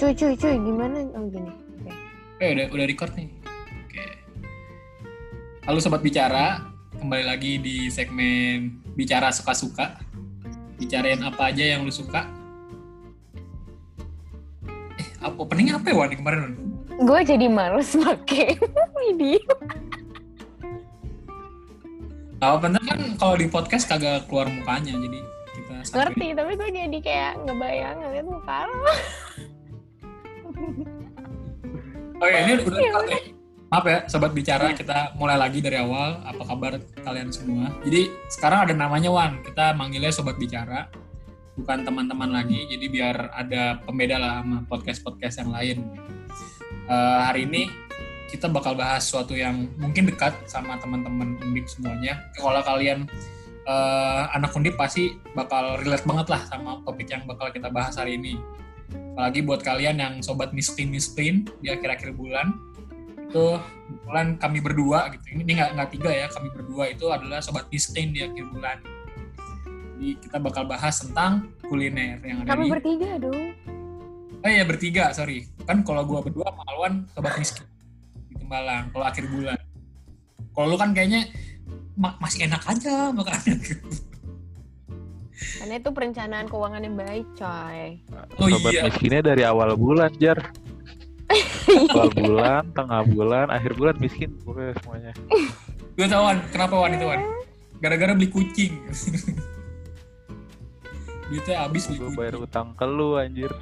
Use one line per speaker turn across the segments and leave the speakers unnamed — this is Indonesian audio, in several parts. cuy cuy cuy gimana oh gini oke
Eh udah udah record nih. Oke. Halo sobat bicara, kembali lagi di segmen bicara suka-suka. Bicarain apa aja yang lu suka. Eh, apa openingnya apa ya Wan kemarin? Wan?
gue jadi males pakai video
Nah, bener kan kalau di podcast kagak keluar mukanya, jadi kita sampai-
ngerti tapi gue jadi kayak ngebayang ngeliat muka lo
Oh iya, ini udah
Iya,
record nih. Maaf ya, sobat bicara, kita mulai lagi dari awal. Apa kabar kalian semua? Jadi sekarang ada namanya Wan, kita manggilnya sobat bicara, bukan teman-teman lagi. Jadi biar ada pembeda lah sama podcast-podcast yang lain. Eh, hari ini kita bakal bahas sesuatu yang mungkin dekat sama teman-teman undip semuanya. Kalau kalian eh, anak undip pasti bakal relate banget lah sama topik yang bakal kita bahas hari ini apalagi buat kalian yang sobat miskin miskin di akhir-akhir bulan itu kebetulan kami berdua gitu ini ini nggak nggak tiga ya kami berdua itu adalah sobat miskin di akhir bulan jadi kita bakal bahas tentang kuliner yang ada
kami
di
bertiga dong
eh ya bertiga sorry kan kalau gua berdua sama Alwan sobat miskin di Tembalang kalau akhir bulan kalau lu kan kayaknya ma- masih enak aja makannya
karena itu perencanaan keuangan yang baik coy
Oh
Sobat
iya.
miskinnya dari awal bulan, Jar. Awal bulan, tengah bulan, akhir bulan miskin pokoknya semuanya.
Gue tau Wan, kenapa Wan itu Wan? Gara-gara beli kucing. Duitnya habis beli
Gue
kucing.
bayar utang ke lu anjir.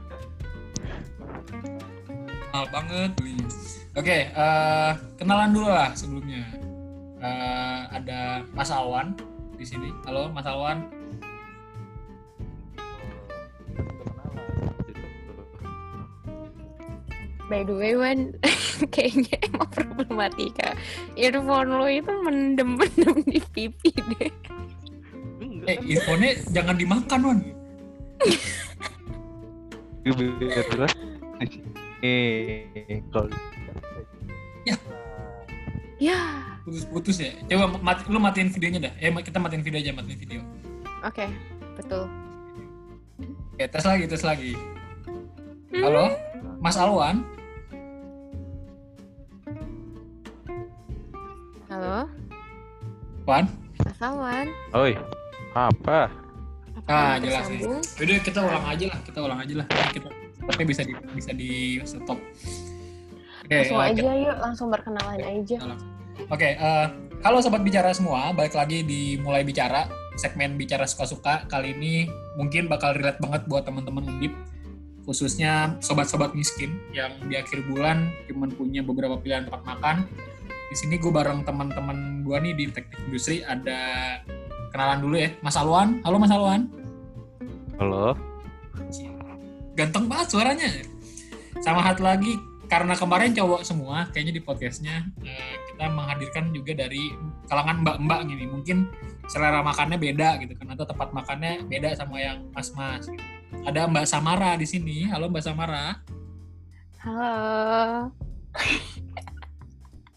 Mahal banget belinya. Oke, eh, kenalan dulu lah sebelumnya. Eh, ada Mas Alwan di sini. Halo Mas Alwan.
by the way Wan kayaknya emang problematika earphone lo itu mendem-mendem di pipi deh
Eh, earphone-nya jangan dimakan Wan.
Gue biar jelas. Eh, kalau
Ya.
ya
Putus-putus ya. Coba mati, lu matiin videonya dah. Eh, ma- kita matiin video aja, matiin video.
oke betul
Oke, tes lagi, tes lagi. Halo, Mas Alwan.
halo
Wan.
Asawan
Oi,
Ah,
apa?
Apakah
jelas nih.
Nah, tersambung?
Yaudah kita ulang aja lah, kita ulang aja lah. Kita tapi bisa di bisa di stop. Oke,
langsung
eh,
aja
kita-
yuk langsung berkenalan aja
Oke, eh, halo sobat bicara semua, balik lagi di mulai bicara segmen bicara suka-suka kali ini mungkin bakal relate banget buat teman-teman undip khususnya sobat-sobat miskin yang di akhir bulan cuman punya beberapa pilihan tempat makan. Di sini gue bareng teman-teman gue nih di teknik industri ada kenalan dulu ya, Mas Alwan. Halo Mas Alwan.
Halo.
ganteng banget suaranya sama hat lagi karena kemarin cowok semua kayaknya di podcastnya eh, kita menghadirkan juga dari kalangan mbak-mbak gini mungkin selera makannya beda gitu kan atau tempat makannya beda sama yang mas-mas gitu. ada mbak Samara di sini halo mbak Samara
halo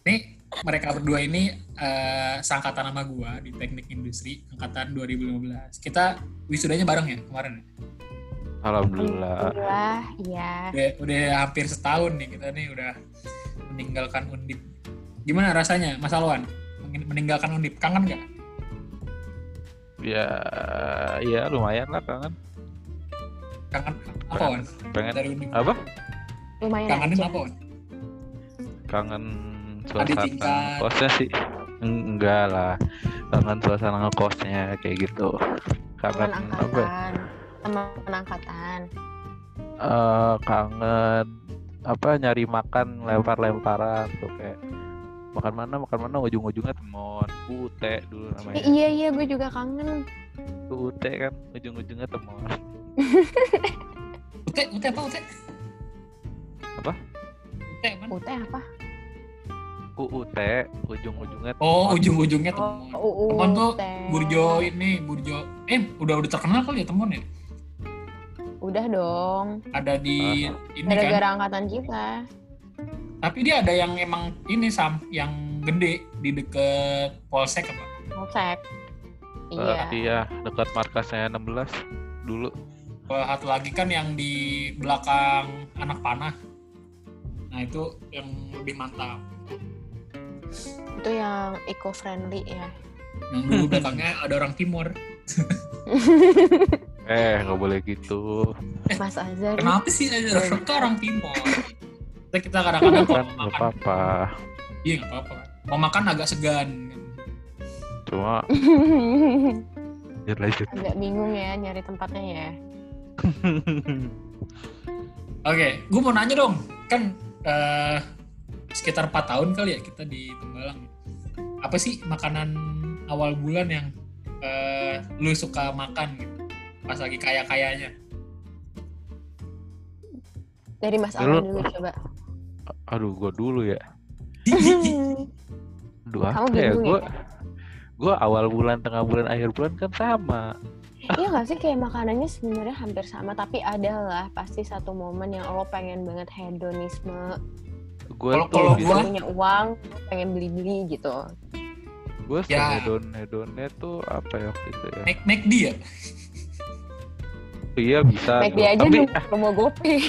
nih mereka berdua ini eh, sangkatan sama gua di teknik industri angkatan 2015 kita wisudanya bareng ya kemarin ya?
Alhamdulillah.
Alhamdulillah, ya.
udah, udah hampir setahun nih kita nih udah meninggalkan undip gimana rasanya Mas Alwan Mengen- meninggalkan undip kangen nggak
Ya, ya lumayan lah kangen.
kangen apa Wan
Pengen
dari undip
apa?
Lumayan
kangenin
aja.
apa Wan
kangen
tingkat.
suasana kosnya sih Eng- enggak lah kangen suasana ngekosnya kayak gitu
Teman
kangen apa ya?
angkatan. Teman angkatan.
Eh, kangen apa nyari makan lempar-lemparan tuh kayak makan mana makan mana ujung-ujungnya temon ute dulu
Eh,
namanya
iya, iya, gue juga kangen.
Itu ute kan ujung-ujungnya temon
Ute Ute apa Ute
Apa?
Ute apa
Ute apa?
uut ujung-ujungnya
oh
temon.
ujung-ujungnya temuan
Oh,
Temuan tuh
Ute.
Burjo ini Burjo eh udah udah terkenal kali ya temuan ya
Udah dong.
ada di
Ah.
ini kan
Gara-gara angkatan kita.
tapi dia ada yang emang ini sam yang gede di deket polsek apa
Ngosek.
Eh,
Iya.
iya dekat markasnya 16 dulu
satu lagi kan yang di belakang anak panah nah itu yang lebih mantap
Itu yang eco friendly ya.
yang dulu belakangnya ada orang timur
eh nggak boleh gitu
Mas Azhar.
Eh, kenapa sih ada orang itu orang timur kita kita kadang-kadang
kan
kalau mau
nggak
makan
apa-apa
iya nggak apa-apa kan. mau makan agak segan kan.
cuma ya, lanjut lanjut
Agak bingung ya nyari tempatnya ya.
Oke, gue mau nanya dong, kan eh, sekitar 4 tahun kali ya kita di Tembalang. Apa sih makanan awal bulan yang eh, lu suka makan gitu? Pas lagi kaya-kayanya.
Dari Mas
Dulu.
Alvin dulu coba.
aduh gua dulu ya dua
Kamu
apa ya
bingung ya?
gua gua awal bulan tengah bulan akhir bulan kan sama
Iya gak sih kayak makanannya sebenarnya hampir sama tapi adalah pasti satu momen yang lo pengen banget hedonisme
gue
Kalau-
tuh
kalau
bisa-
gua-
punya uang lo pengen beli-beli gitu
gue
Ya.
hedon hedonnya tuh apa ya waktu itu ya
Mac McD ya?
iya bisa
baik
gua-
dia aja
tapi
nih promo GoPay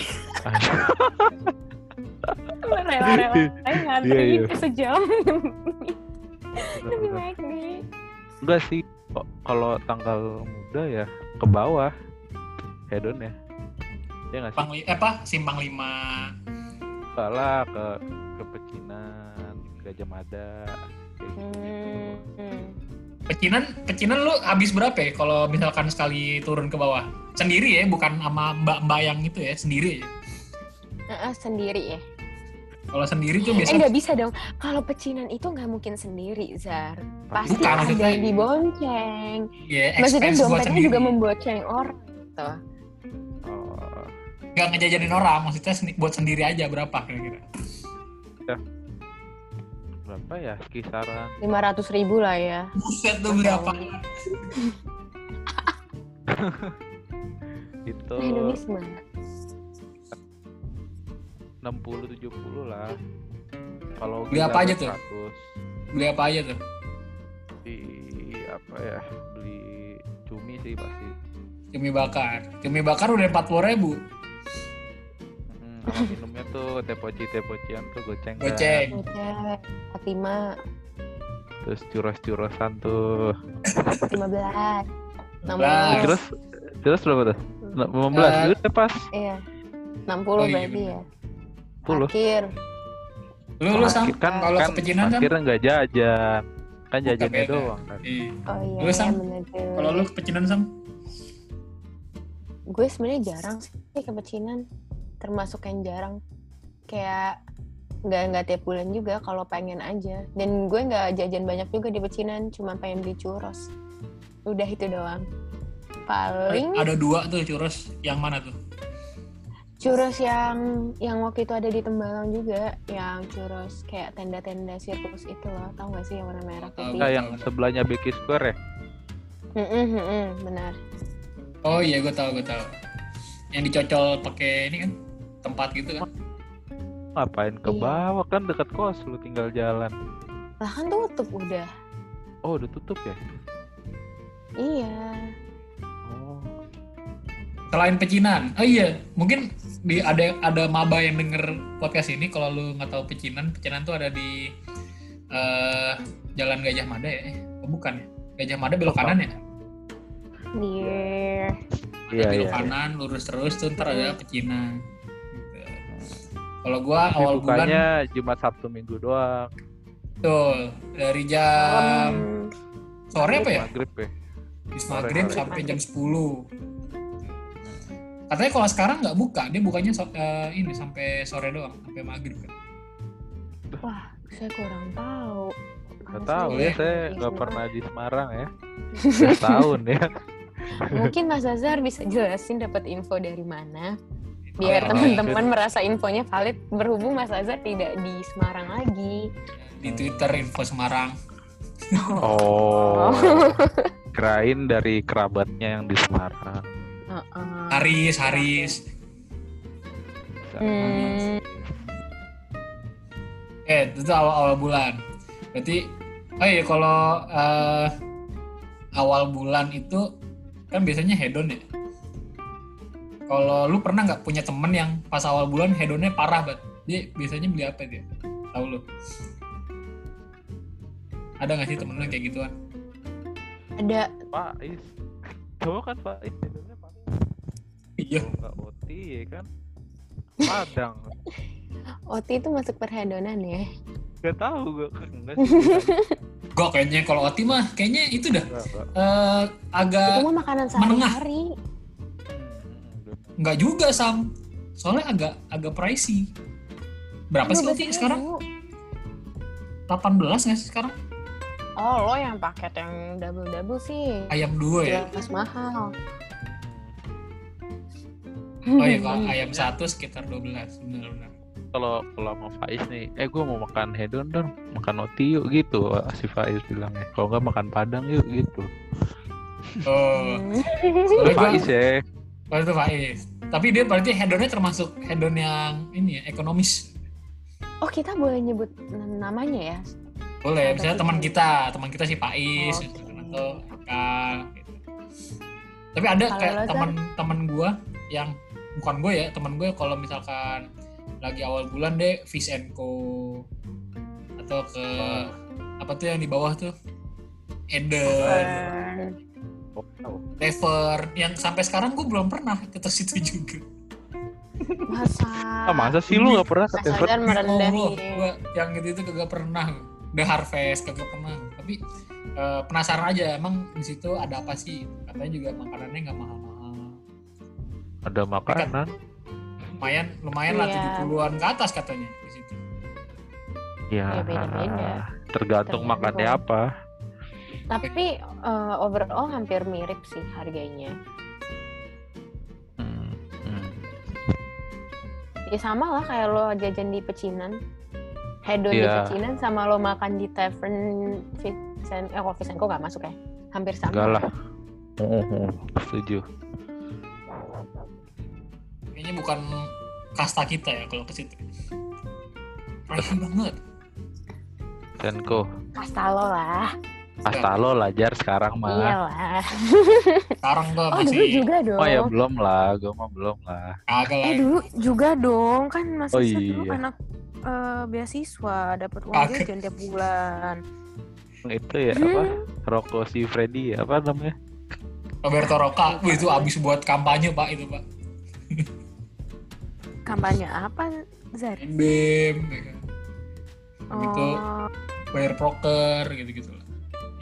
Lo rela-rela aja ngantri
Iya, iya.
sejam demi
Bener-bener.
McD
enggak sih kok kalau tanggal muda ya ke bawah hedonnya ya nggak sih
Pang, eh, apa? Simpang 5.
Enggak lah ke ke pecinan gajah mada kayak gitu,
Hmm, hmm.
Pecinan, pecinan lu habis berapa ya kalau misalkan sekali turun ke bawah? Sendiri ya, bukan sama mbak-mbak yang gitu ya, sendiri ya.
Ah, ah, sendiri ya
Kalau sendiri tuh
eh
biasanya
nggak bisa dong kalau pecinan itu nggak mungkin sendiri Zar pasti
Bukan,
ada
maksudnya-
yang dibonceng
ya
maksudnya
expense buat
dompetnya juga
sendiri.
membonceng orang gitu
Oh,
Nggak ngejajanin orang, maksudnya sendi- buat sendiri aja berapa kira-kira.
berapa ya kisaran
lima ratus ribu lah ya
Buset tuh berapa?
itu
Nah, hedonisme
60 70 lah kalau
Beli
gila
apa aja tuh?
100.
Beli apa aja tuh?
beli apa ya beli cumi sih pasti
Cumi bakar. Cumi bakar udah empat puluh ribu.
Mm, sama minumnya tuh tepoci tepocian tuh goceng kan.
Goceng.
Ngecek, Fatima
terus curos curosan tuh
15
Belas.
nomor
terus terus berapa tuh
Eh,
15 udah pas
iya 60
Oh, iya,
berarti
bener.
ya
10
parkir Ya.
Lu lu sam.
Parkir kan
kalau
kan
kepecinan kan?
parkir nggak jajan kan jajannya
beda.
doang kan
Iya.
oh iya
Lu, Sam?
bener juga.
Kalau lu kepecinan sam?
gue sebenarnya jarang sih ke pecinan termasuk yang jarang kayak nggak nggak tiap bulan juga kalau pengen aja dan gue nggak jajan banyak juga di pecinan cuma pengen beli churros udah itu doang paling
Ada dua tuh curus. Yang mana tuh?
churros yang yang waktu itu ada di Tembalang juga yang churros kayak tenda-tenda sirkus itu loh tau gak sih yang warna merah
Tahu.
Nah,
putih
yang sebelahnya Becky Square ya
Mm-mm, mm-mm, benar
Oh iya, gue tahu, gue tahu. Yang dicocol pakai ini kan tempat gitu kan?
ngapain ke
Iya.
bawah kan dekat kos lu tinggal jalan
lah kan tutup udah
oh udah tutup ya
iya
oh
Selain pecinan, oh iya, mungkin di ada ada maba yang denger podcast ini. Kalau lu nggak tahu pecinan, pecinan tuh ada di eh, Jalan Gajah Mada ya? Eh, bukan ya? Gajah Mada belok kanan ya?
iya
iya
belok
iya
kanan lurus terus tuh ntar ada pecinan Gitu. kalau
Tapi
gua awal bulan
bukanya Jumat Sabtu Minggu doang
tuh dari jam
Malam.
sore apa ya
Maghrib ya
bis
Sore,
maghrib
sore.
sampai jam 10 katanya kalau sekarang nggak buka dia bukanya so- eh, ini sampai sore doang sampai maghrib kan
Wah, saya kurang tahu.
Gak
Masa
tahu
iya?
ya, saya
Iya,
nggak
Semarang.
pernah di Semarang ya. Udah tahun ya.
Mungkin Mas Azhar bisa jelasin dapat info dari mana
Oh,
biar
iya.
teman-teman merasa infonya valid berhubung Mas Azhar tidak di Semarang lagi.
di twitter info Semarang
Oh.
Oh, kirain dari kerabatnya yang di Semarang.
Heeh.
Haris Haris
Hmm.
eh itu tuh awal awal bulan berarti oh iya kalau eh, awal bulan itu kan biasanya hedon ya Kalau lu pernah nggak punya temen yang pas awal bulan hedonnya parah banget? Dia biasanya beli apa dia? Tahu lu? Ada nggak sih temen lu yang kayak gituan?
ada
Pak Is. Cowok kan Pak Is sebenarnya Pak Is.
Iya.
Kalau nggak Oti ya kan. Padang.
OT itu masuk perhedonan ya
Eh,
Gak tahu gue enggak sih.
Gak kayaknya kalau Oti mah kayaknya itu dah
Enggak, enggak.
eh,
itu
agak
mah makanan
menengah.
sehari-hari
Hmm,
nggak juga sam. Soalnya agak agak pricey. Berapa sih Oti
12
sekarang?
ribu.
18 nggak sih sekarang?
oh lo yang paket yang double double sih
Ayam dua ya.
jelas mahal
Oh iya kalau ayam satu sekitar 12 benar-benar.
Kalau kalau sama Faiz nih, eh gue mau makan hedon dong, makan oti yuk gitu si Faiz bilangnya. Kalau nggak makan padang yuk gitu.
Oh,
Itu
Tapi gua-
Faiz ya,
kalau itu Faiz. Tapi dia berarti hedonnya termasuk hedon yang ini ya, ekonomis.
oh kita boleh nyebut n- namanya ya
Boleh,
Tapi-
misalnya teman kita, teman kita si Faiz
Oh, Oke.
atau Akal gitu. Tapi ada
Kalau
kayak
lo, Zar?
teman-teman gua yang bukan gue ya, teman gue kalau misalkan lagi awal bulan deh Fish and Co atau ke
Iya.
apa tuh yang di bawah tuh
Iya.
Eden, Lever yang sampai sekarang gue belum pernah ke situ juga.
masa
Ah, masa sih lu nggak pernah ke
Mas
Tevor?
Adan merendahi
Allah, Oh, gua yang gitu itu kagak pernah. The Harvest kagak pernah. Tapi eh, penasaran aja emang di situ ada apa sih? Katanya juga makanannya nggak mahal-mahal.
Ada makanan.
Lumayan lumayan lah
Iya.
70-an ke atas katanya di situ.
Ya,
Ya, beda-beda.
tergantung
Tergantung.
makannya apa.
tapi eh, overall hampir mirip sih harganya
Hmm, hmm.
ya sama lah kayak lo jajan di pecinan hedon di
Iya.
pecinan sama lo makan di tavern Vicen eh kok Vicen kok gak masuk ya hampir sama
Enggak lah. Oh, oh, oh. Setuju.
Kayaknya bukan kasta kita ya kalau ke situ. Rahim banget.
Senko,
kasta lo lah
hasta lo lajar sekarang
iya
mah.
lah
Sekarang gua
oh dulu
masih
juga dong
Oh ya belum lah, gue mah belum lah.
kagak lah. ya.
eh dulu juga dong kan masih
Oh,
dulu
iya.
anak eh, beasiswa dapat uang
Kagak.
jajan tiap bulan
Itu ya apa? Rokok si Freddy ya, apa namanya?
Roberto Roca, Wih, itu abis buat kampanye Pak itu Pak.
kampanye apa Zari
Bem, ya kan. Itu
oh,
bayar proker gitu-gitu lah.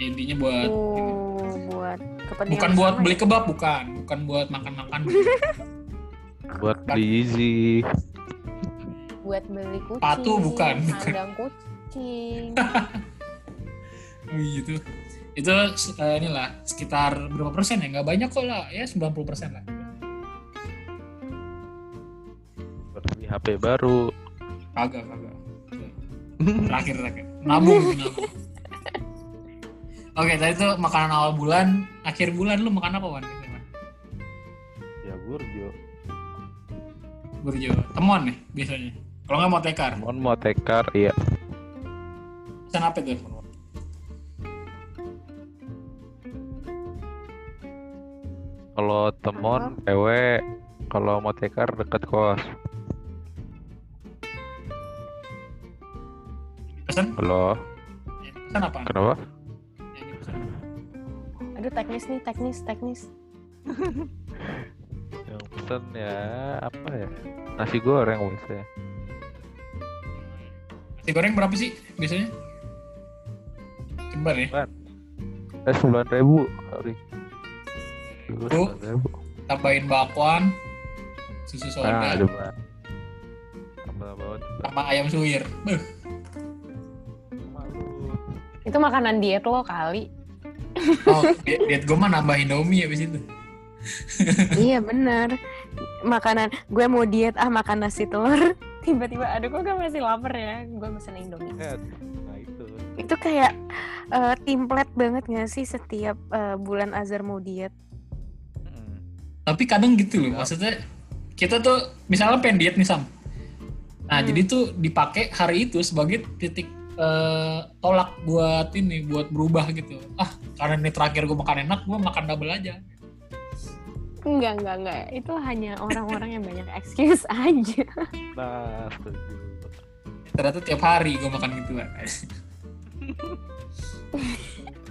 Ya, Intinya buat
Oh.
ini.
tuh, buat kepentingan ya?
bukan buat
bersama
beli kebab bukan bukan buat gitu. makan makan
Buat beli Yeezy.
buat beli kucing
Patu bukan, bukan.
kandang kucing
gitu itu eh, inilah sekitar berapa persen ya nggak banyak kok lah ya 90 persen lah
Beli HP baru.
kagak kagak terakhir terakhir nabung itu nabung oke tadi tuh makanan awal bulan akhir bulan lu makan apa wan biasanya, Wan?
ya burjo.
burjo temuan nih biasanya kalau nggak mau tekar
Mon mau tekar ya.
pesan apa tuh
Kalau temon cewek, kalau mau tekar deket kos.
pesan
Kalau
Yang pesan Ya, apa
kenapa?
Yang dipesan.
aduh teknis nih teknis teknis
Yang pesen ya apa ya? Nasi goreng biasanya.
nasi goreng berapa sih biasanya Jember ya
Eh sembilan ribu kali.
Bu,
ribu.
tambahin bakwan susu
Nah,
soda
ada Mbak. Tambah-tambah juga.
sama ayam suwir Beuh,
itu makanan diet lo kali
oh, di- diet gue mah nambahin domi abis itu
iya bener makanan gue mau diet ah makan nasi telur tiba-tiba aduh kok gue masih lapar ya gue pesen indomie
Eh, Nah itu.
itu kayak eh, template banget gak sih setiap eh, bulan Azhar mau diet
Mm.
tapi kadang gitu loh maksudnya kita tuh misalnya pengen diet nih sam nah
Hmm.
jadi tuh dipakai hari itu sebagai titik eh, tolak buat ini buat berubah gitu ah karena ini terakhir gue makan enak gue makan double aja
Enggak, enggak, enggak. Itu hanya orang-orang yang banyak excuse aja.
Nah, setuju.
Ternyata tiap hari gue makan gitu, gituan.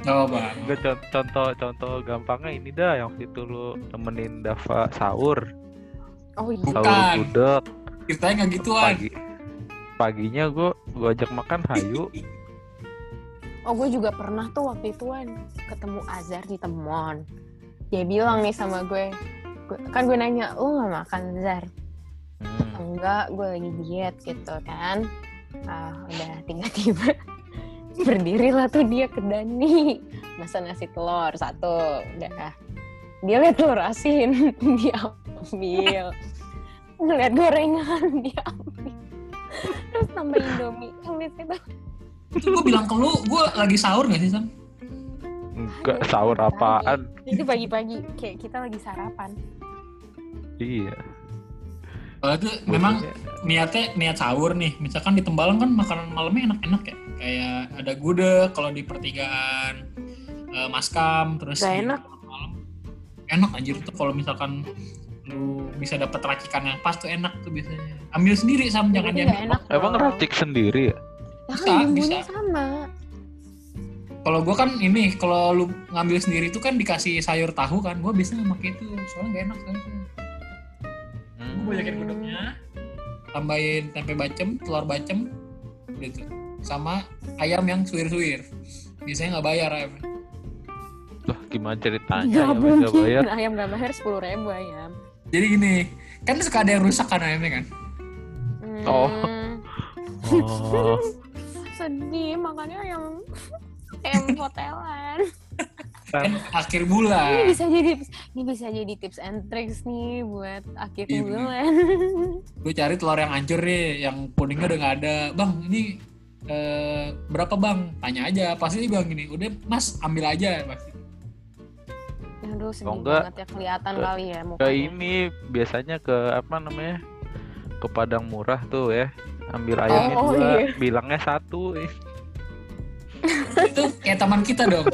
Gak apa-apa.
Enggak con- contoh contoh gampangnya ini dah yang waktu itu lu nemenin Dava sahur,
Oh iya.
Bukan.
sahur gudeg
Ceritanya gitu, gak gituan.
pagi. Paginya gua gua ajak makan hayu,
Oh gue juga pernah tuh waktu ituan ketemu Azhar di Temon. Dia bilang nih sama gue, gue- kan gue nanya, lu nggak makan Zar?
hmm,
Enggak, gue lagi diet gitu kan. Ah, udah tiba-tiba berdirilah tuh dia ke Dani. Masa nasi telur satu, udah. ah. Dia liat telur asin, dia ambil. Ngeliat gorengan, dia ambil. Terus tambah Indomie, habis itu
Itu gue bilang ke lu, gue lagi sahur gak sih Sam?
enggak sahur apaan?
itu pagi-pagi kayak kita lagi sarapan
Iya.
Kalau itu memang niatnya niat sahur nih. Misalkan di Tembalang kan makanan malamnya enak-enak ya. Kayak ada gudeg kalau di pertigaan eh, Maskam terus
Gak
di
enak.
malam enak anjir tuh kalau misalkan lu bisa dapat racikan yang pas tuh enak tuh biasanya. Ambil sendiri Sam jangan
Tapi
jangan.
nggak enak
Emang
dong.
racik sendiri ya?
Ya
Bisa,
kan bumbunya
bisa.
sama
Kalau gua kan ini kalau lu ngambil sendiri tuh kan dikasih sayur tahu kan. Gua biasanya pakai itu soalnya gak enak kan. Gua banyakin gudegnya, tambahin tempe bacem, telur bacem gitu. Sama ayam yang suwir-suwir. Biasanya nggak bayar ayam.
Lah gimana
Ah, iya,
ceritanya?
nggak
Ya, bisa bayar.
mungkin ayam gak bayar sepuluh ribu ayam
Jadi gini, kan suka ada yang rusak kan ayamnya kan.
Hmm,
Oh. Oh.
sedih makannya ayam ayam hotelan
Kan akhir
ini
bulan,
bisa jadi ini bisa jadi tips and tricks nih buat akhir
Iya,
bulan
lu cari telur yang hancur nih, yang kuningnya udah nggak ada. Bang, ini eh, berapa bang? Tanya aja. Pasti dia bilang gini, udah mas ambil aja pasti.
aduh sedih
enggak,
banget ya kelihatan
ke-
kali ya
Ke
mukanya
ini biasanya ke apa namanya? Ke padang murah tuh ya. Ambil ayamnya
Oh,
dua,
iya.
bilangnya satu. Eh,
Itu kayak teman kita dong,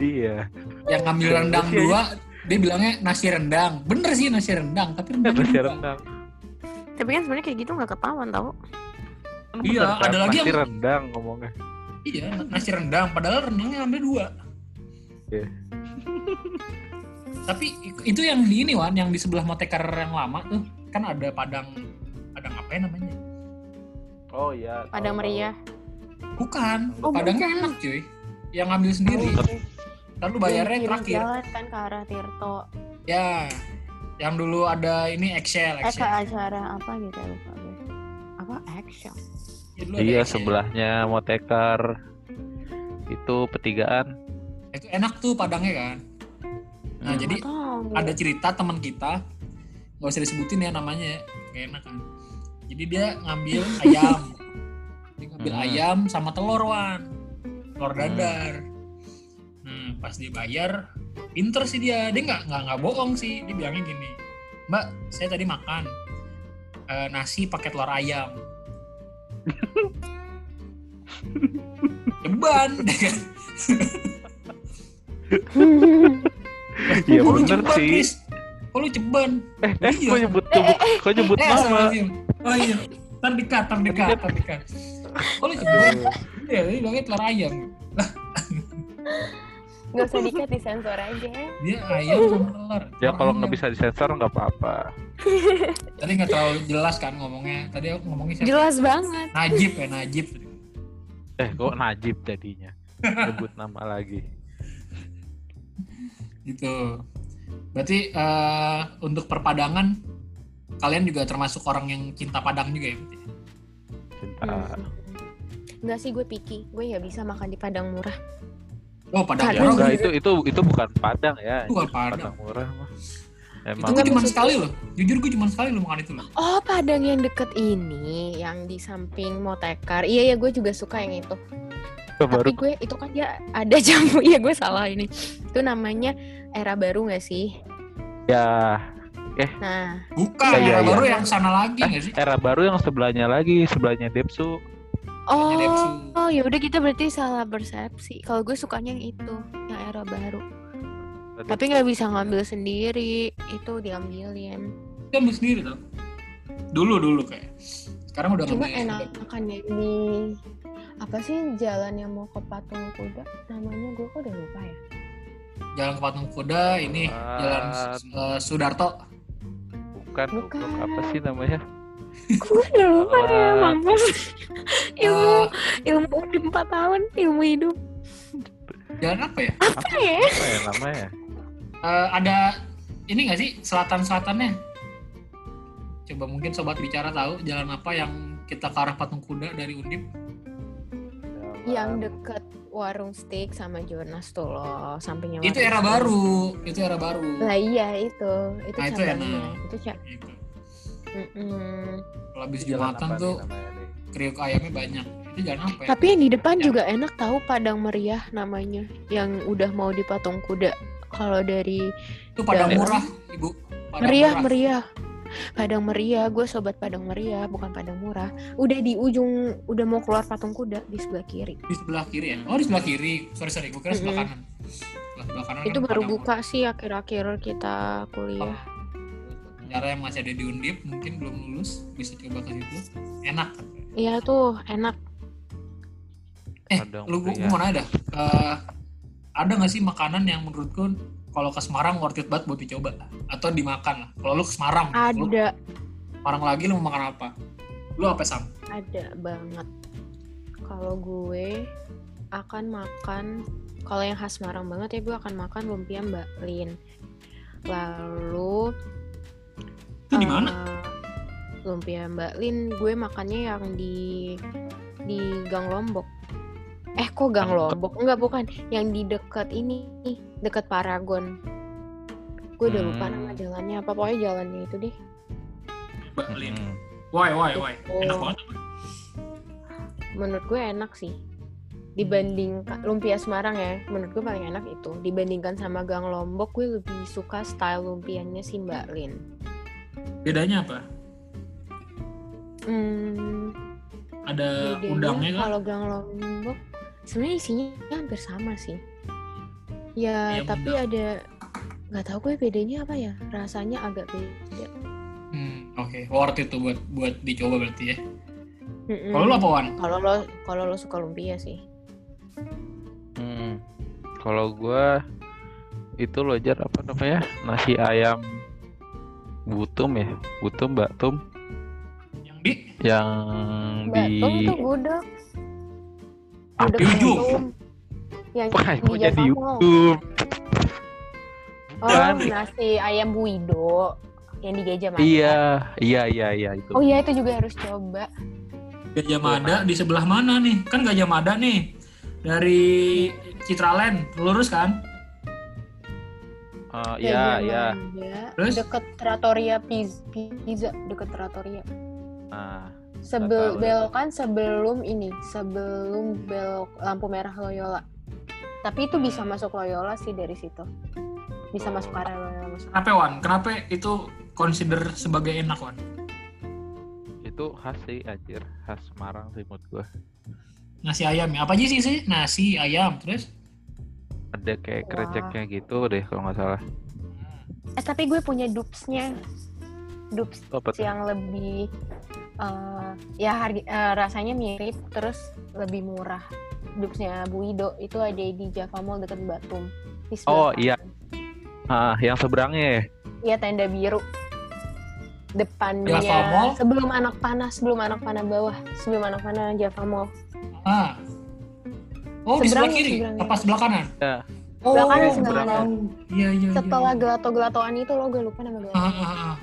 iya.
yang ngambil rendang
Iya, iya.
dua, dia bilangnya nasi rendang. Bener sih nasi rendang, tapi rendangnya
Nasi
dua.
rendang.
tapi kan sebenarnya kayak gitu nggak ketahuan tau
Iya,
Bener,
ada lagi
nasi
yang-
rendang ngomongnya.
Iya, nasi rendang. Padahal rendangnya ambil dua.
Iya.
Tapi i- itu yang di ini Wan, yang di sebelah Moteker yang lama tuh kan ada padang padang apa ya namanya?
Oh iya.
pada meriah
Bukan,
Oh,
padangnya
bukan.
enak cuy. Yang ngambil sendiri,
Oh.
lalu bayarnya
Kiri
terakhir.
jalan kan ke arah Tirto
Ya, yang dulu ada ini Excel,
eh ke
Excel.
acara apa gitu ya lupa gue apa action
Ya, dulu ada
Iya,
Excel.
sebelahnya moteker. Itu petigaan.
Itu enak tuh padangnya kan. Nah,
Hmm.
jadi
atau gitu?
ada cerita teman kita nggak usah disebutin ya namanya ya gak enak kan jadi dia ngambil ayam dia ngambil
Hmm.
ayam sama telur wan
Ah.
telur dadar nah pas dibayar pinter sih dia dia nggak nggak nggak bohong sih dia bilangnya gini mbak saya tadi makan eh, nasi pakai telur ayam ceban
Iya
Kok lu
bener
ceban,
sih.
Chris? Kok lu ceban
Eh, eh,
Iya.
kok nyebut nyebut, kok nyebut
Eh,
nama?
astagfirullahaladzim. Oh iya, ntar dekat, ntar dekat, ntar dekat. Oh lu cepat. Iya, dia bilangnya telur ayam.
nggak usah dikat disensor aja
Dia ayam sama telur.
Ya
Telur
kalau nggak
ayam.
bisa disensor nggak apa-apa.
Tadi nggak terlalu jelas kan ngomongnya. Tadi aku ngomongnya siapa?
jelas
Iya.
banget
Najib ya, Najib.
Eh, kok Najib jadinya. Nyebut nama lagi.
Gitu. Berarti eh, untuk perpadangan, kalian juga termasuk orang yang cinta padang juga ya? berarti?
Cinta.
Hmm. nggak sih gue picky gue nggak bisa makan di padang murah
Oh, padang
Padang.
murah.
Ya, Iya, Enggak, itu itu itu bukan Padang ya.
Itu bukan Padang.
Padang murah mah.
Itu
Emang
gue cuma
maksud-
sekali loh. Jujur gue cuma sekali loh makan itu loh.
oh padang yang deket ini yang di samping motekar iya ya gue juga suka yang itu
itu baru
tapi gue itu kan dia ada jamu iya gue salah ini itu namanya era baru nggak sih
ya
nah
Bukan,
Iya,
yang
iya.
baru yang sana lagi nggak sih?
era baru yang sebelahnya lagi, sebelahnya Depsu.
Jadi
oh
Epsu.
oh ya udah kita berarti salah persepsi kalau gue sukanya yang itu yang era baru Tapi nggak bisa ngambil sendiri, itu diambilin.
Dia ambil sendiri tau. Dulu dulu kayak. Sekarang udah
Cuma
ngambil-
enakan ya di apa sih jalan yang mau ke patung kuda? Namanya gue kok udah lupa ya.
Jalan ke Patung Kuda ini
Apaan?
jalan eh, Sudarto.
bukan,
Bukan.
goblok. apa sih namanya
gue udah lupa ya,
Alat.
mampus. ilmu
Eh,
ilmu udah empat tahun, ilmu hidup
jalan apa ya?
apa ya?
apa ya namanya
Eh, ada ini nggak sih selatan selatannya? Coba mungkin sobat bicara tahu jalan apa yang kita ke arah Patung Kuda dari Undip.
Yang
Jalan-
deket warung steak sama Jonas tuh loh, sampingnya.
Itu
warung
era
steak.
baru, itu era baru.
Lah iya itu, itu
Nah, itu
cabangnya.
enak.
Itu ca-
Gitu.
Mm-mm.
Kalau habis
jalan
Jumatan
apa nih
tuh
namanya, Dek?
kriuk ayamnya banyak. Itu jalan apa ya?
Tapi yang di depan juga enak tahu Padang Meriah namanya, yang udah mau dipatung kuda. Kalau dari
Itu Padang
Jalan.
Murah, Ibu. Padang
Meriah
Murah.
Meriah, Padang Meriah, gue sobat Padang Meriah, bukan Padang Murah. Udah di ujung, udah mau keluar patung kuda di sebelah kiri.
Di sebelah kiri ya? Oh, di sebelah kiri. Sorry, sorry. Gue kira sebelah
Mm-mm.
kanan. Sebelah, sebelah kanan
Itu
kan
baru
Padang
buka sih akhir-akhir kita
Iya.
kuliah.
Murah. Cara yang masih ada di Undip, mungkin belum lulus, bisa coba ke situ. Enak.
Iya tuh enak.
Eh,
Padang
lu gue
Meriah.
mau nanya dah. Eh, ada nggak sih makanan yang menurut lu kalau ke Semarang worth it banget buat dicoba atau dimakan lah. Kalau lu ke Semarang, kalau lu ke
Ada,
Semarang lagi lu mau makan apa? Lu apa sam?
ada banget. Kalau gue akan makan, kalau yang khas Semarang banget ya gue akan makan lumpia Mbak Lin. Lalu
Itu di mana?
Eh, lumpia Mbak Lin, gue makannya yang di di Gang Lombok. Eh kok Gang Lombok? Enggak bukan, yang di dekat ini, dekat Paragon. Gue udah lupa
Hmm.
nama jalannya apa, pokoknya jalannya itu deh.
Berlin.
Mm-mm.
Why, why, why? Enak
Oh.
banget.
Menurut gue enak sih. Hmm. Dibanding lumpia Semarang ya, menurut gue paling enak itu. Dibandingkan sama Gang Lombok, gue lebih suka style lumpianya si Mbak Lin.
Bedanya apa?
Hmm,
Ada
Bedanya
udangnya kan?
kalau gang lombok sebenarnya isinya hampir sama sih ya
Ayam
tapi
Iya, udang.
ada nggak tahu gue bedanya apa ya rasanya agak beda
Hmm, Oke, worth it tuh buat buat dicoba berarti ya.
Hmm. Mm-mm.
Kalau lu apa Wan?
kalau lo kalau lo suka lumpia sih
Mm-mm. Hmm. kalau gua itu lojar apa namanya nasi ayam butum ya butum mbak tum
Yang di
yang
mbak
di Ah,
Tom tuh gudeg gudeg Ya,
Di ujung.
Tom. yang
Wah,
di
kok jadi
Jakarta.
YouTube
oh nasi ayam buido yang di Gajah Mada
Iya, iya, iya, iya itu.
oh iya itu juga harus coba
Gajah Mada di sebelah mana nih? Kan Gajah Mada nih dari Citraland lurus kan?
Ah, iya, iya.
Mada,
Terus?
deket Trattoria Piz- pizza deket Trattoria
Nah,
Sebel
Nggak tahu.
belokan sebelum ini, sebelum belok lampu merah Loyola. Tapi itu bisa masuk Loyola sih dari situ. Bisa
Betul.
masuk area Loyola masuk.
Kenapa Wan? Kenapa itu consider sebagai enak Wan?
itu khas sih anjir, khas Semarang sih menurut gua.
Nasi ayam ya? Apa aja sih sih? Nasi ayam terus?
Ada kayak
Wah.
kreceknya gitu deh kalau nggak salah.
Eh tapi gue punya dupsnya. Dups
Itu apa tuh?
yang lebih eh, ya harga eh, rasanya mirip terus lebih murah. Dupsnya Bu Ido itu ada di Java Mall dekat Batum. Di sebelah
Oh,
kanan.
iya. Ah, yang seberangnya ya.
Iya tenda biru. Depannya
Java Mall?
sebelum anak panas, sebelum anak panah bawah, sebelum anak panah Java Mall.
Ah. Oh, di sebelah
Seberangnya,
kiri,
seberangnya.
apa sebelah kanan?
Ya.
Oh,
Sebelah kanan,
sebelah
kanan.
Iya, iya. iya.
Setelah gelato-gelatoan itu lo gue lupa nama gelato.
Ah, ah, ah, ah.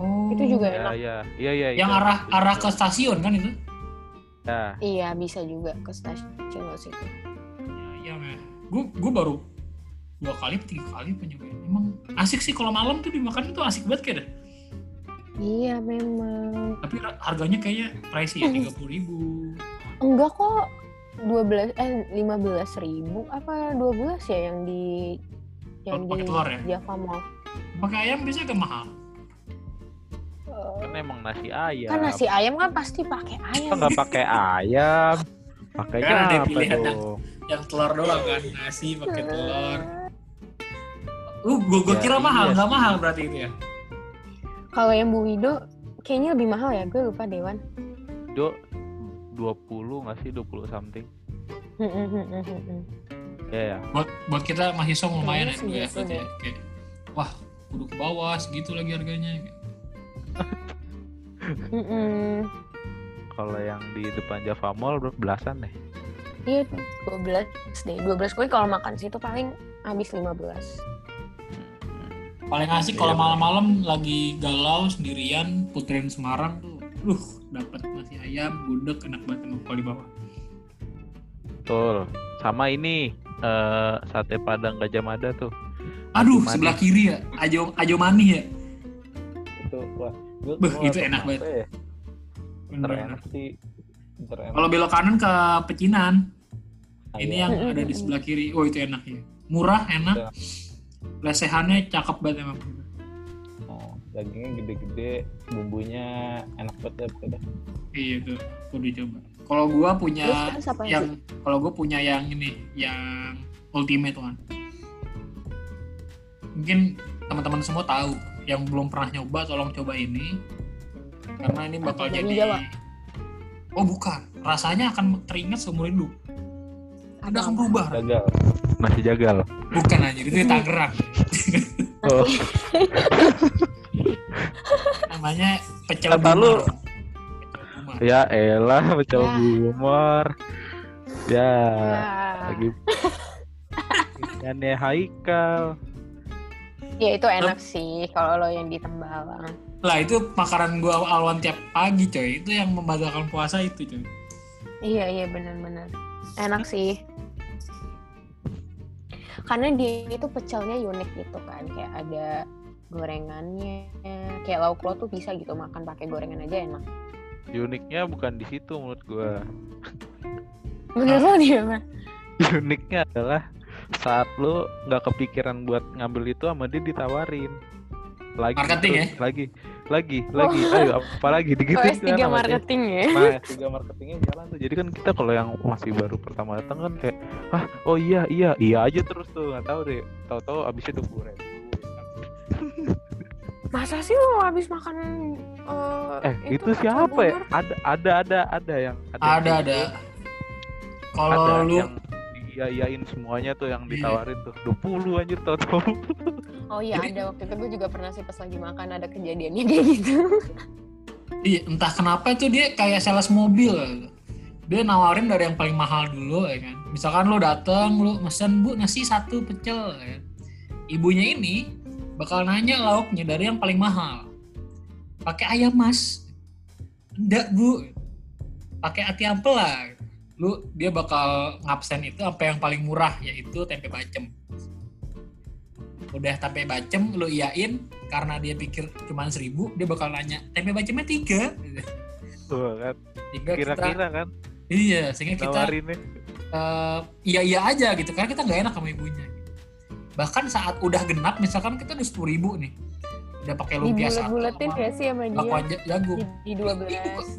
Oh.
Itu juga
Ya,
enak.
ya, ya, ya.
Yang
itu.
arah arah ke stasiun kan itu?
Ya.
Iya bisa juga ke stasiun lo situ.
Iya, iya. Gue gue baru dua kali tiga kali penyobain emang asik sih kalau malam tuh dimakan itu asik banget kayaknya
Iya memang.
tapi ra- harganya kayaknya pricey ya tiga puluh ribu
Enggak kok 12 eh 15 ribu apa 12 ya yang di yang
Pakai
di
telur ya?
Java Mall.
pakai ayam biasanya agak mahal
Eh,
Kan emang nasi ayam.
Kan nasi ayam kan pasti pakai
Kita
ayam.
nggak pakai ayam. Pakainya
Kan ada
apa
pilihan
dong?
yang telur doang kan nasi pakai telur Lu gua, gua
Ya,
kira mahal,
iya
nggak mahal berarti itu ya.
Kalau yang Bu Wido kayaknya lebih mahal ya, gue lupa Dewan.
Do 20 nggak sih 20 something ya ya
Buat buat kita mahasiswa lumayan
Kayaknya
ya dulu ya
segitu
berarti
deh.
ya. Kayak, wah, kudu ke bawah segitu lagi harganya.
Mm-mm.
kalau yang di depan Java Mall berapa belasan deh
Iya, 12 deh. 12 gue kalau makan situ paling habis 15.
Paling asik
Iya,
kalau
bener.
malam-malam lagi galau sendirian puterin Semarang tuh. Duh, dapat nasi ayam, gudeg enak banget emang kalau di bawah.
betul sama ini eh sate padang gajah mada tuh
Aduh,
Manis.
sebelah kiri ya. Ajo Ajo Mani ya.
itu wah gua,
Beuh, itu enak banget.
apa ya,
Bener-bener.
terenak sih terenak
Kalau belok kanan ke Pecinan, ini
Iya.
yang ada di sebelah kiri. Oh, itu enak ya. Murah, enak.
Iya.
Lesehannya cakep banget emang.
Oh, dagingnya gede-gede bumbunya enak banget ya, dah.
Iya itu, kudu dicoba. Kalau gua
Terus
punya
terus apa lagi?
Ya, yang kalau gue punya yang ini yang ultimate one mungkin teman-teman semua tahu yang belum pernah nyoba tolong coba ini karena ini bakal
Apa,
jadi
bakmi Jawa?
oh bukan rasanya akan teringat seumur hidup
Apa?
udah akan berubah
jagal masih jagal
bukan anjir itu di Tangerang
oh,
namanya pecel
Kata lu-
bumar. Pecel bumar.
ya elah pecel
Ya.
bumor ya
Wah.
lagi Ikannya Haikal
Ya itu enak sih kalau lo yang di Tembalang.
lah itu makanan gua alwan tiap pagi coy itu yang membatalkan puasa itu coy
Iya iya benar-benar enak sih. Karena dia itu pecelnya unik gitu kan, kayak ada gorengannya, kayak lauk lo tuh bisa gitu makan pakai gorengan aja enak.
Ah. uniknya bukan di situ menurut gua
Menurut lo dia mah?
uniknya adalah saat lu nggak kepikiran buat ngambil itu sama dia ditawarin lagi
Marketing ya?
terus, lagi lagi lagi ayo apa lagi
OS3
digituin kan sama dia.
marketing ya.
Nah, tiga marketingnya jalan tuh. Jadi kan kita kalau yang masih baru pertama datang kan kayak, ah, oh iya, iya, iya aja terus tuh. Nggak tahu deh. Tahu-tahu abisnya dua puluh ribu.
Masa sih lo habis makan eh,
Eh, itu,
pecel
siapa ya?
bubur?
Ada, ada, ada, ada yang yang
ada
kayak
ada
gitu. ada
kalau lu Iya.
yang diiyain semuanya tuh yang ditawarin tuh dua puluh anjir tahu-tahu.
Oh iya
Jadi-
ada waktu itu gue juga pernah sih pas lagi makan ada kejadiannya kayak gitu.
Iya, entah kenapa tuh dia kayak sales mobil. Dia nawarin dari yang paling mahal dulu ya kan. Misalkan lu dateng, lu mesen bu nasi satu pecel ya. kan. Ibunya ini bakal nanya lauknya dari yang paling mahal. Pakai ayam mas. Enggak bu. Pakai ati ampela. Lu dia bakal ngabsen itu sampai yang paling murah yaitu tempe bacem. Udah tempe bacem lu iain karena dia pikir cuman seribu dia bakal nanya tempe bacemnya tiga
Tuh kan,
Sehingga kita
kira-kira kan
iya sehingga kita
tawarinnya.
eh, iya iya aja gitu karena kita nggak enak sama ibunya gitu. bahkan saat udah genap misalkan kita udah sepuluh ribu nih udah pakai lumpia satu
Dibulet-buletin
sama
gak sih sama dia?
bakwan ja- jagung
Di
dia, bukan,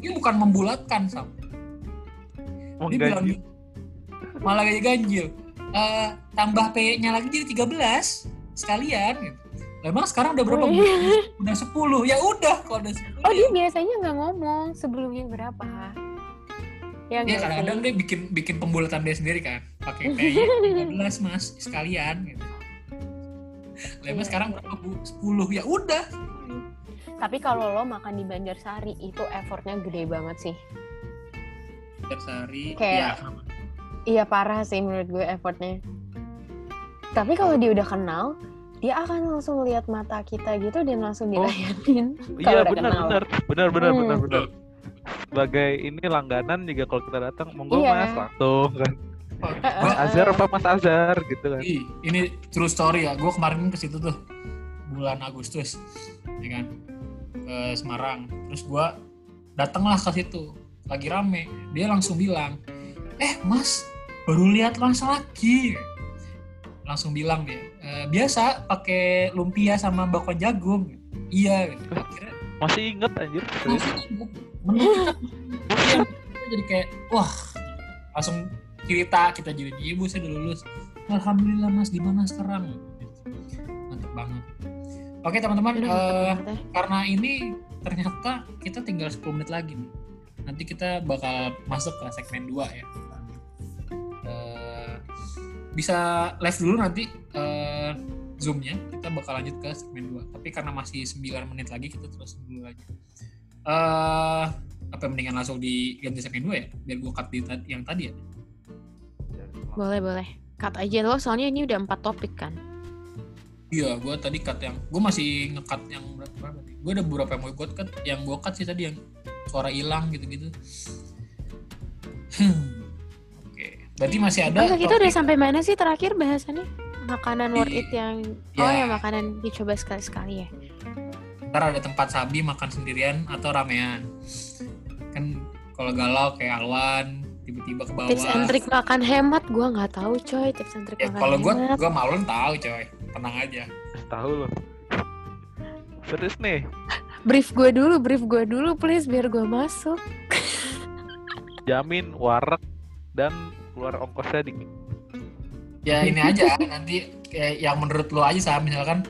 12.
dia bukan membulatkan sam dia bilang gitu.
Mengganjil.
malah gaji ganjil Eh, tambah p nya lagi jadi 13 sekalian gitu. Lah, Emang sekarang udah berapa?
iya.
Bu? udah 10. Ya udah kalau udah 10.
Oh dia biasanya nggak ngomong sebelumnya berapa. Ya
Dia
nggak
kadang-kadang
sih?
dia bikin bikin pembulatan dia sendiri kan, pakai P-nya 15 mas sekalian gitu. Lema sekarang berapa bu? 10 ya udah.
Tapi kalau lo makan di Banjarsari itu effortnya gede banget sih.
Setiap sehari
Kayak-
ya sama.
Iya parah sih menurut gue effortnya. Tapi kalau dia udah kenal, dia akan langsung lihat mata kita gitu dan langsung
Oh.
dilayanin. udah
Iya benar
kenal.
benar benar benar
Hmm.
benar benar. Sebagai ini langganan juga kalau kita datang monggo
Iya.
mas langsung kan.
Oh,
Mas
gua-
Azhar apa Mas Azhar gitu kan.
Ih, ini true story ya. Gue kemarin ke situ tuh bulan Agustus, ya kan ke Semarang. Terus gue datanglah ke situ lagi rame. Dia langsung bilang, eh Mas baru lihat laki Langsung bilang dia, "E, biasa pakai lumpia sama bakwan jagung. Iya. gitu. Akhirnya
Masih inget anjir. serius.
langsung menu kita- menu yang kita jadi kayak wah langsung cerita kita jadi ibu saya udah lulus alhamdulillah mas di mana sekarang nanti banget. Oke teman-teman,
Aduh,
eh,
teh.
karena ini ternyata kita tinggal 10 menit lagi nih. Nanti kita bakal masuk ke segmen 2 ya. Eh, bisa live dulu nanti eh, zoomnya kita bakal lanjut ke segmen 2 tapi karena masih 9 menit lagi kita terus dulu aja eh apa mendingan langsung diganti segmen 2 ya biar gua cut di ta- yang tadi ya
boleh boleh cut aja lo soalnya ini udah empat topik kan
iya gua tadi cut yang gua masih ngecut yang berapa, berapa nih gua ada beberapa yang mau gue cut yang gua cut sih tadi yang suara hilang gitu-gitu Hmm. oke berarti masih ada
Enggak, kita
topik-
udah sampai mana sih terakhir bahasannya makanan worth
Di-
it yang
ya.
oh ya makanan dicoba sekali sekali ya
ntar ada tempat sabi makan sendirian atau ramean kan kalau galau kayak Alwan tiba-tiba ke bawah
tips and trick makan hemat gua nggak tahu coy tips and trick
ya
makan
kalau gue
hemat
gue malu tahu coy tenang aja
tahu loh serius nih
brief gue dulu brief gue dulu please biar gua masuk
jamin warak dan keluar ongkosnya dikit
ya ini aja nanti kayak yang menurut lo aja sah misalkan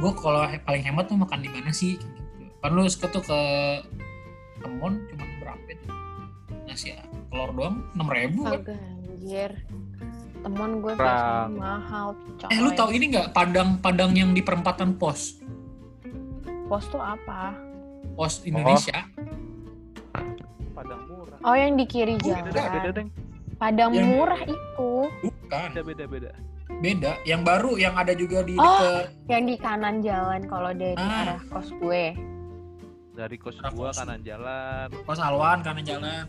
gue kalau he- paling hemat tuh makan di mana sih Kayak gitu. kan lu suka tuh ke Kemon cuman berapa tuh nasi telur doang enam ribu kan
Agak anjir temen gue
Perang.
biasanya mahal coy
eh lu tahu ini nggak padang padang yang di perempatan pos
pos tuh apa
pos Indonesia
padang murah
oh yang di kiri
Oh, beda dah, beda
jalan
deng
padang
Yang-
murah itu
bukan
beda beda beda
beda yang baru yang ada juga di
Oh.
deket
yang di kanan jalan kalau dari
Ah.
arah kos gue
dari kos
Arah
gua
kos.
kanan jalan
pos Alwan kanan jalan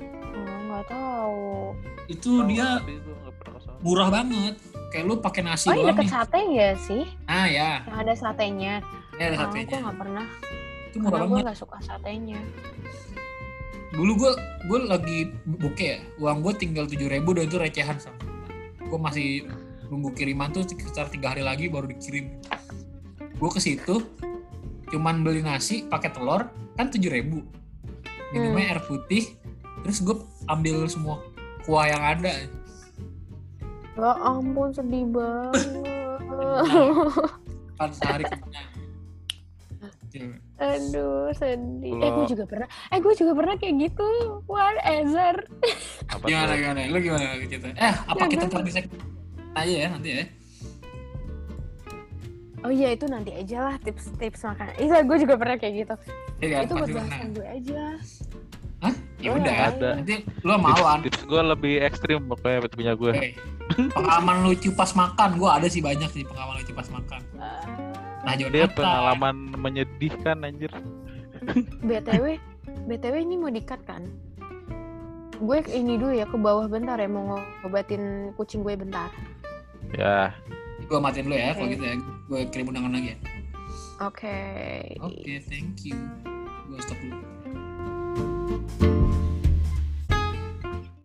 Hmm, nggak tahu
itu
Oh.
Tahu,
dia
tapi gua nggak pernah ke sana.
murah banget kayak lu pakai nasi
oh yang
doang
deket
nih
sate ya sih
ah ya
yang ada satenya
ini ada
Aku
satenya
Oh, nggak pernah
itu murah
karena gue
banget
nggak suka satenya
dulu gue gue lagi buke ya uang gue tinggal tujuh ribu dan itu recehan sama gue masih nunggu kiriman tuh sekitar tiga hari lagi baru dikirim gue ke situ cuman beli nasi pakai telur kan tujuh ribu minumnya
Hmm.
air putih terus gue ambil semua kuah yang ada
ya ampun sedih banget
Kenyang. kan sehari kenyang Gitu.
aduh sedih eh
Kalau-
gue juga pernah eh gue juga pernah kayak gitu what ezer
apa
gimana
tuh?
gimana lu gimana gitu eh
Ya,
apa kita
gue-
ntar bisa aja ya nanti ya
oh iya itu nanti aja lah tips-tips makan iya gue juga pernah kayak gitu
ya kan
itu buat
pasti pernah
bahasan gue aja
ya
Gue
udah
nggak
ada.
tahu.
nanti lu sama
tips,
Awan
tips gua lebih ekstrim pokoknya punya gue
Oke. pengalaman lucu pas makan gua ada sih banyak sih pengalaman lucu pas makan
Eh,
nah jodoh
dia pengalaman menyedihkan anjir
btw btw ini mau dikat kan gue ini dulu ya ke bawah bentar ya mau ngobatin kucing gue bentar
ya
gua matiin dulu ya kalau
Oke.
gitu ya gua kirim undangan lagi ya
oke
Oh. oke thank you gua stop dulu